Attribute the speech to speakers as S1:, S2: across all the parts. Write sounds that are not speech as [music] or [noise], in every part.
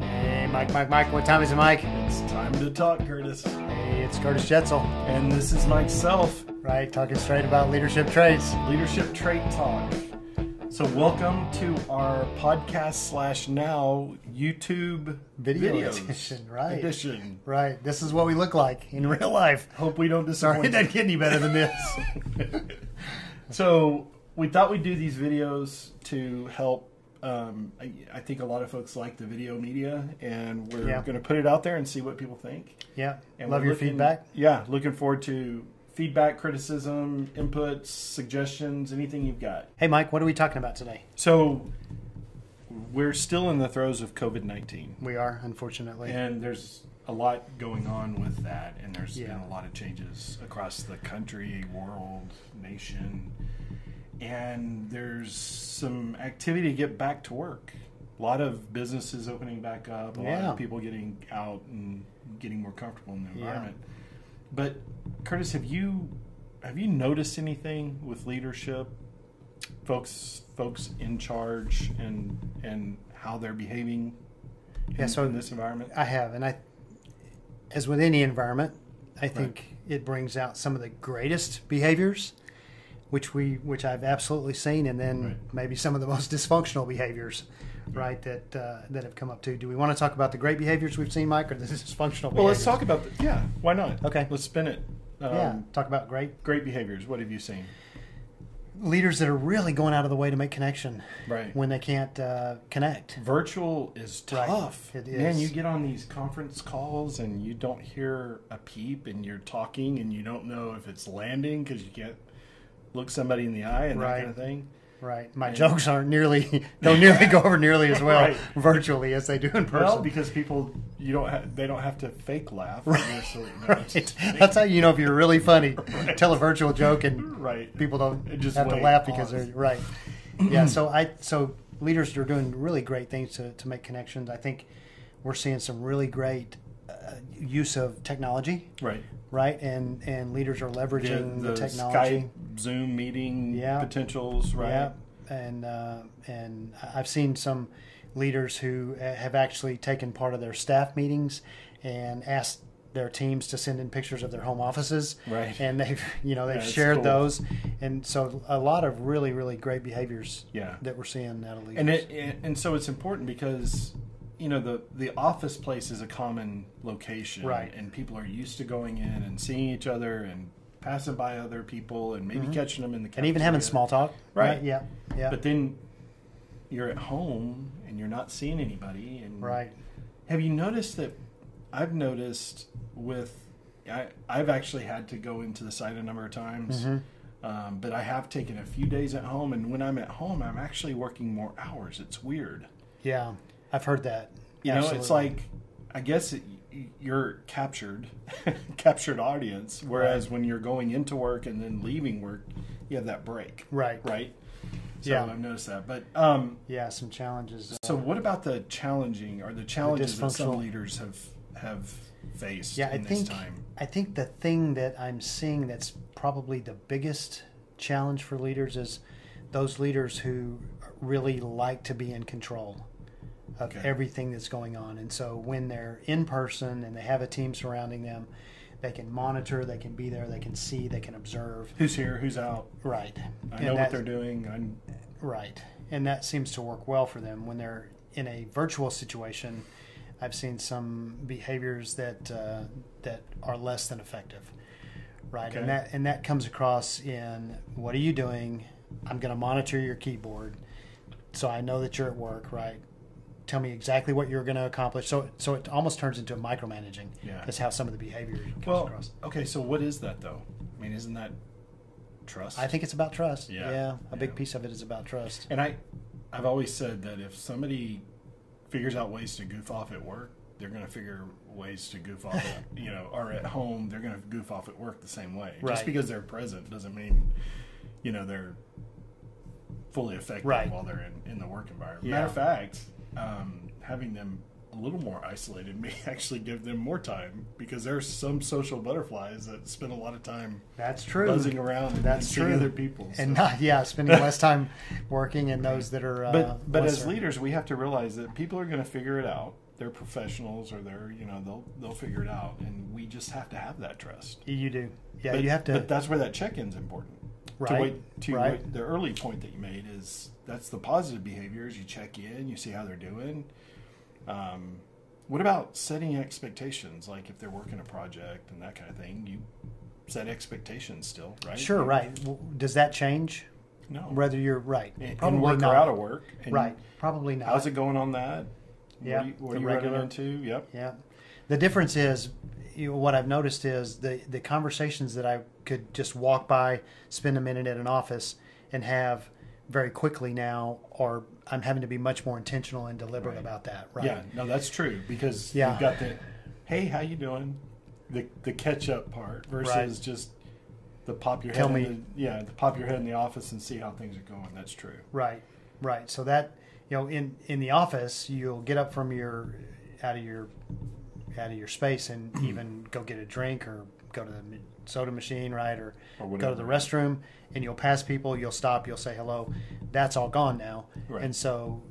S1: Hey, Mike, Mike, Mike, what time is it, Mike?
S2: It's time to talk, Curtis.
S1: Hey, it's Curtis Jetzel,
S2: And this is Mike Self,
S1: right? Talking straight about leadership traits.
S2: Leadership Trait Talk. So, welcome to our podcast slash now YouTube
S1: Video
S2: videos
S1: edition, right.
S2: Edition.
S1: Right, this is what we look like in [laughs] real life.
S2: Hope we don't
S1: Sorry, [laughs]
S2: disappoint.
S1: it doesn't get any better than
S2: [laughs]
S1: this.
S2: so, we thought we'd do these videos to help. Um, I, I think a lot of folks like the video media, and we're
S1: Yeah.
S2: going to put it out there and see what people think.
S1: Yeah,
S2: And
S1: love
S2: we're
S1: your
S2: looking-
S1: feedback.
S2: Yeah, looking forward to feedback, criticism, inputs, suggestions, anything you've got.
S1: Hey, Mike, what are we talking about today?
S2: So we're still in the throes of COVID 19,
S1: We are, unfortunately.
S2: and there's a lot going on with that, and there's been
S1: Yeah.
S2: a lot of changes across the country, world, nation, and there's some activity to get back to work. A lot of businesses opening back up, a lot
S1: Yeah.
S2: of people getting out and getting more comfortable in the
S1: Yeah.
S2: environment. But Curtis, have you have you noticed anything with leadership, folks folks in charge, and and how they're behaving? In,
S1: Yeah, so-
S2: in this environment,
S1: I have, and I, as with any environment, I think it brings out some of the greatest behaviors, which we, which I've absolutely seen, and then
S2: Right.
S1: maybe some of the most [laughs] dysfunctional behaviors, right? That uh, that have come up too. Do we want to talk about the great behaviors we've seen, Mike, or the [laughs] dysfunctional?
S2: well,
S1: behaviors?
S2: let's talk about the, yeah. Why not?
S1: Okay.
S2: let's spin it. Um,
S1: yeah, talk about great
S2: Great behaviors. What have you seen?
S1: leaders that are really going out of the way to make connection
S2: Right.
S1: when they can't uh, connect.
S2: Virtual is
S1: Right.
S2: tough.
S1: It
S2: Man,
S1: is.
S2: you get on these conference calls and you don't hear a peep and you're talking and you don't know if it's landing because you can't look somebody in the eye and that
S1: Right.
S2: kind of thing.
S1: Right, my
S2: Yeah.
S1: jokes aren't nearly [laughs] don't
S2: [laughs]
S1: nearly go over nearly as well
S2: Right.
S1: virtually as they do in person.
S2: Well, because people you don't ha- they don't have to fake laugh.
S1: [laughs]
S2: So, you know, it's
S1: Right.
S2: just fake.
S1: That's how you know if you're really funny. Tell a virtual joke and
S2: [laughs] Right.
S1: people don't
S2: It just
S1: have to
S2: wait,
S1: laugh because
S2: pause.
S1: they're right. Yeah, so I so leaders are doing really great things to, to make connections. I think we're seeing some really great uh, use of technology,
S2: right.
S1: right? And and leaders are leveraging the, technology.
S2: Skype Zoom meeting
S1: Yeah.
S2: potentials, right?
S1: Yeah, and uh, and I- I've seen some leaders who uh, have actually taken part of their staff meetings and asked their teams to send in pictures of their home offices.
S2: Right.
S1: And they've [laughs] you know they've
S2: That's
S1: shared
S2: cool.
S1: those, and so a lot of really really great behaviors.
S2: Yeah.
S1: That we're seeing out of leaders.
S2: And it and- and so it's important because you know the the office place is a common location,
S1: Right.
S2: And people are used to going in and seeing each other and passing by other people and maybe catching them in the
S1: Mm-hmm. And even having
S2: cafeteria.
S1: small talk.
S2: Right.
S1: Yeah. Yeah.
S2: But then you're at home and you're not seeing anybody. And
S1: right.
S2: Have you noticed that? I've noticed with I, I've actually had to go into the site a number of times.
S1: Mhm.
S2: Um, but I have taken a few days at home, and when I'm at home, I'm actually working more hours. It's weird.
S1: Yeah. I've heard that.
S2: You know, it's
S1: Absolutely.
S2: like I guess it, y- you're captured, [laughs] captured audience. Whereas when you're going into work and then leaving work, you have that break,
S1: right.
S2: right? So
S1: Yeah.
S2: I've noticed that. But um,
S1: Yeah. Some challenges. uh,
S2: so what about the challenging or the challenges that some
S1: dysfunctional-
S2: leaders have have faced
S1: Yeah, I
S2: in this
S1: think
S2: time?
S1: I think the thing that I'm seeing that's probably the biggest challenge for leaders is those leaders who really like to be in control of
S2: Okay.
S1: everything that's going on. And so when they're in person and they have a team surrounding them, they can monitor, they can be there, they can see, they can observe.
S2: Who's here? Who's out?
S1: Right.
S2: I
S1: And
S2: know what
S1: that-
S2: they're doing. I'm
S1: Right. And that seems to work well for them when they're in a virtual situation. I've seen some behaviors that uh, that are less than effective. Right.
S2: Okay.
S1: And that and that comes across in what are you doing? I'm going to monitor your keyboard so I know that you're at work, right? Tell me exactly what you're going to accomplish. So so it almost turns into micromanaging.
S2: Yeah.
S1: Is how some of the behavior comes
S2: well.
S1: across.
S2: Okay, so what is that though? I mean, isn't that trust?
S1: I think it's about trust.
S2: Yeah.
S1: a big
S2: Yeah.
S1: piece of it is about trust.
S2: And I, I've always said that if somebody figures out ways to goof off at work, they're going to figure ways to goof
S1: [laughs]
S2: off. At, you know, or at home, they're going to goof off at work the same way.
S1: Right.
S2: Just because they're present doesn't mean, you know, they're fully effective
S1: Right.
S2: while they're in, in the work environment.
S1: Yeah.
S2: Matter of fact, um, having them a little more isolated [laughs] may actually give them more time because there are some social butterflies that spend a lot of time
S1: That's true.
S2: buzzing around and,
S1: That's
S2: and seeing
S1: true.
S2: other people.
S1: and
S2: so.
S1: not yeah spending less time working and those that are uh,
S2: but but as
S1: lesser.
S2: leaders we have to realize that people are going to figure it out they're professionals or they're you know they'll they'll figure it out, and we just have to have that trust.
S1: You do. Yeah,
S2: But-
S1: you have to.
S2: But that's where that check in's important.
S1: Right,
S2: To wait to
S1: right.
S2: wait- the early point that you made is that's the positive behaviors. You check in, you see how they're doing. Um, what about setting expectations? Like if they're working a project and that kind of thing, you set expectations still, right?
S1: Sure, right. W- Does that change?
S2: No.
S1: Whether you're right,
S2: in, in
S1: Probably
S2: work
S1: not.
S2: or out of work. And
S1: right? Probably not.
S2: How's it going on that?
S1: Yeah,
S2: What are you, what
S1: the
S2: are you running
S1: regular-
S2: into? Yep.
S1: Yeah. The difference is, you know, what I've noticed is the, the conversations that I could just walk by, spend a minute at an office, and have very quickly now, or I'm having to be much more intentional and deliberate
S2: Right.
S1: about that. Right.
S2: Yeah. No, that's true because
S1: Yeah.
S2: you've got the, hey, how you doing? The the catch up part versus
S1: Right.
S2: just the pop your
S1: Tell
S2: head.
S1: me.
S2: In the, yeah, the pop your head in the office and see how things are going. That's true.
S1: Right. Right. So that you know, in in the office, you'll get up from your out of your out of your space and
S2: Hmm.
S1: even go get a drink or go to the m- soda machine, right, or,
S2: Or
S1: go to the
S2: whatever.
S1: restroom, and you'll pass people, you'll stop, you'll say hello. That's all gone now,
S2: Right.
S1: and so.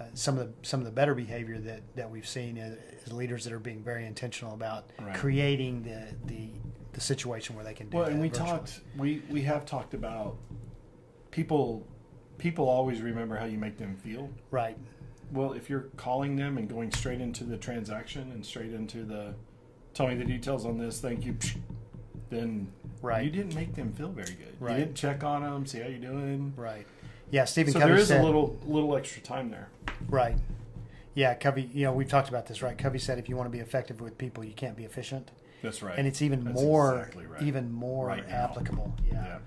S1: uh, Some of the some of the better behavior that, that we've seen is, is leaders that are being very intentional about
S2: Right.
S1: creating the, the the situation where they can do
S2: Well,
S1: that.
S2: and we
S1: virtually.
S2: talked. We we have talked about people. People always remember how you make them feel.
S1: right,
S2: Well, if you're calling them and going straight into the transaction and straight into the tell me the details on this, thank you, then
S1: Right.
S2: you didn't make them feel very good.
S1: Right.
S2: You didn't check on them, see how you're doing.
S1: right, yeah. Stephen
S2: So
S1: Covey
S2: there is
S1: said,
S2: a little little extra time there.
S1: Right. Yeah, Covey, you know, we've talked about this, right? Covey said if you want to be effective with people, you can't be efficient.
S2: That's right.
S1: And it's even
S2: That's
S1: more
S2: exactly right.
S1: even more
S2: Right now.
S1: applicable. Yeah.
S2: Yeah.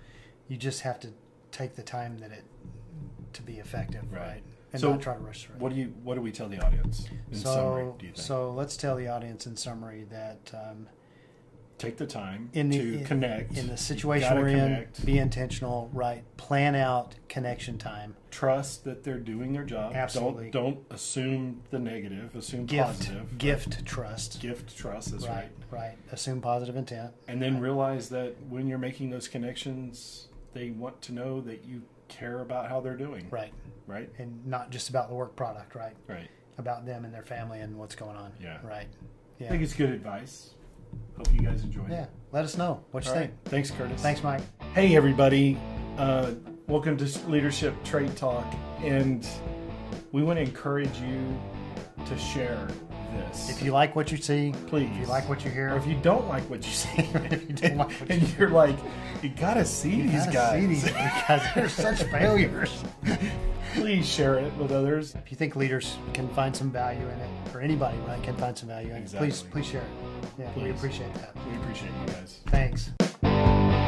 S1: You just have to take the time that it to be effective, right?
S2: Right.
S1: And
S2: So
S1: not try to rush through it.
S2: What do you what do we tell the audience in
S1: so,
S2: summary, do you think?
S1: so let's tell the audience in summary that um,
S2: Take the time
S1: in the
S2: to
S1: in-
S2: connect.
S1: in the
S2: You've
S1: situation
S2: gotta
S1: we're in,
S2: connect.
S1: be intentional, right? Plan out connection time.
S2: trust that they're doing their job.
S1: Absolutely.
S2: Don't don't assume the negative, assume
S1: Gift,
S2: positive.
S1: gift, trust.
S2: Gift trust, that's
S1: right, right. Assume positive intent.
S2: and then realize that when you're making those connections, they want to know that you care about how they're doing.
S1: Right.
S2: Right.
S1: and not just about the work product, right?
S2: Right.
S1: About them and their family and what's going on.
S2: Yeah.
S1: Right.
S2: I
S1: Yeah.
S2: think it's good advice. Hope you guys enjoyed
S1: yeah.
S2: it.
S1: Let us know what you
S2: All right.
S1: think.
S2: Thanks, Curtis.
S1: Thanks, Mike.
S2: Hey, everybody. Uh, welcome to Leadership Trade Talk. And we want to encourage you to share this.
S1: If you like what you see,
S2: please.
S1: if you like what you hear,
S2: or if you don't like what you [laughs] see,
S1: If you don't like what
S2: and
S1: you
S2: you're like, you gotta see
S1: you
S2: these
S1: gotta
S2: guys.
S1: see
S2: [laughs]
S1: these guys, they're [laughs] such failures.
S2: Please share it with others.
S1: If you think leaders can find some value in it, or anybody right can find some value in it, please
S2: Exactly.
S1: please share it. Yeah, we
S2: Please.
S1: appreciate that.
S2: We appreciate you guys.
S1: Thanks.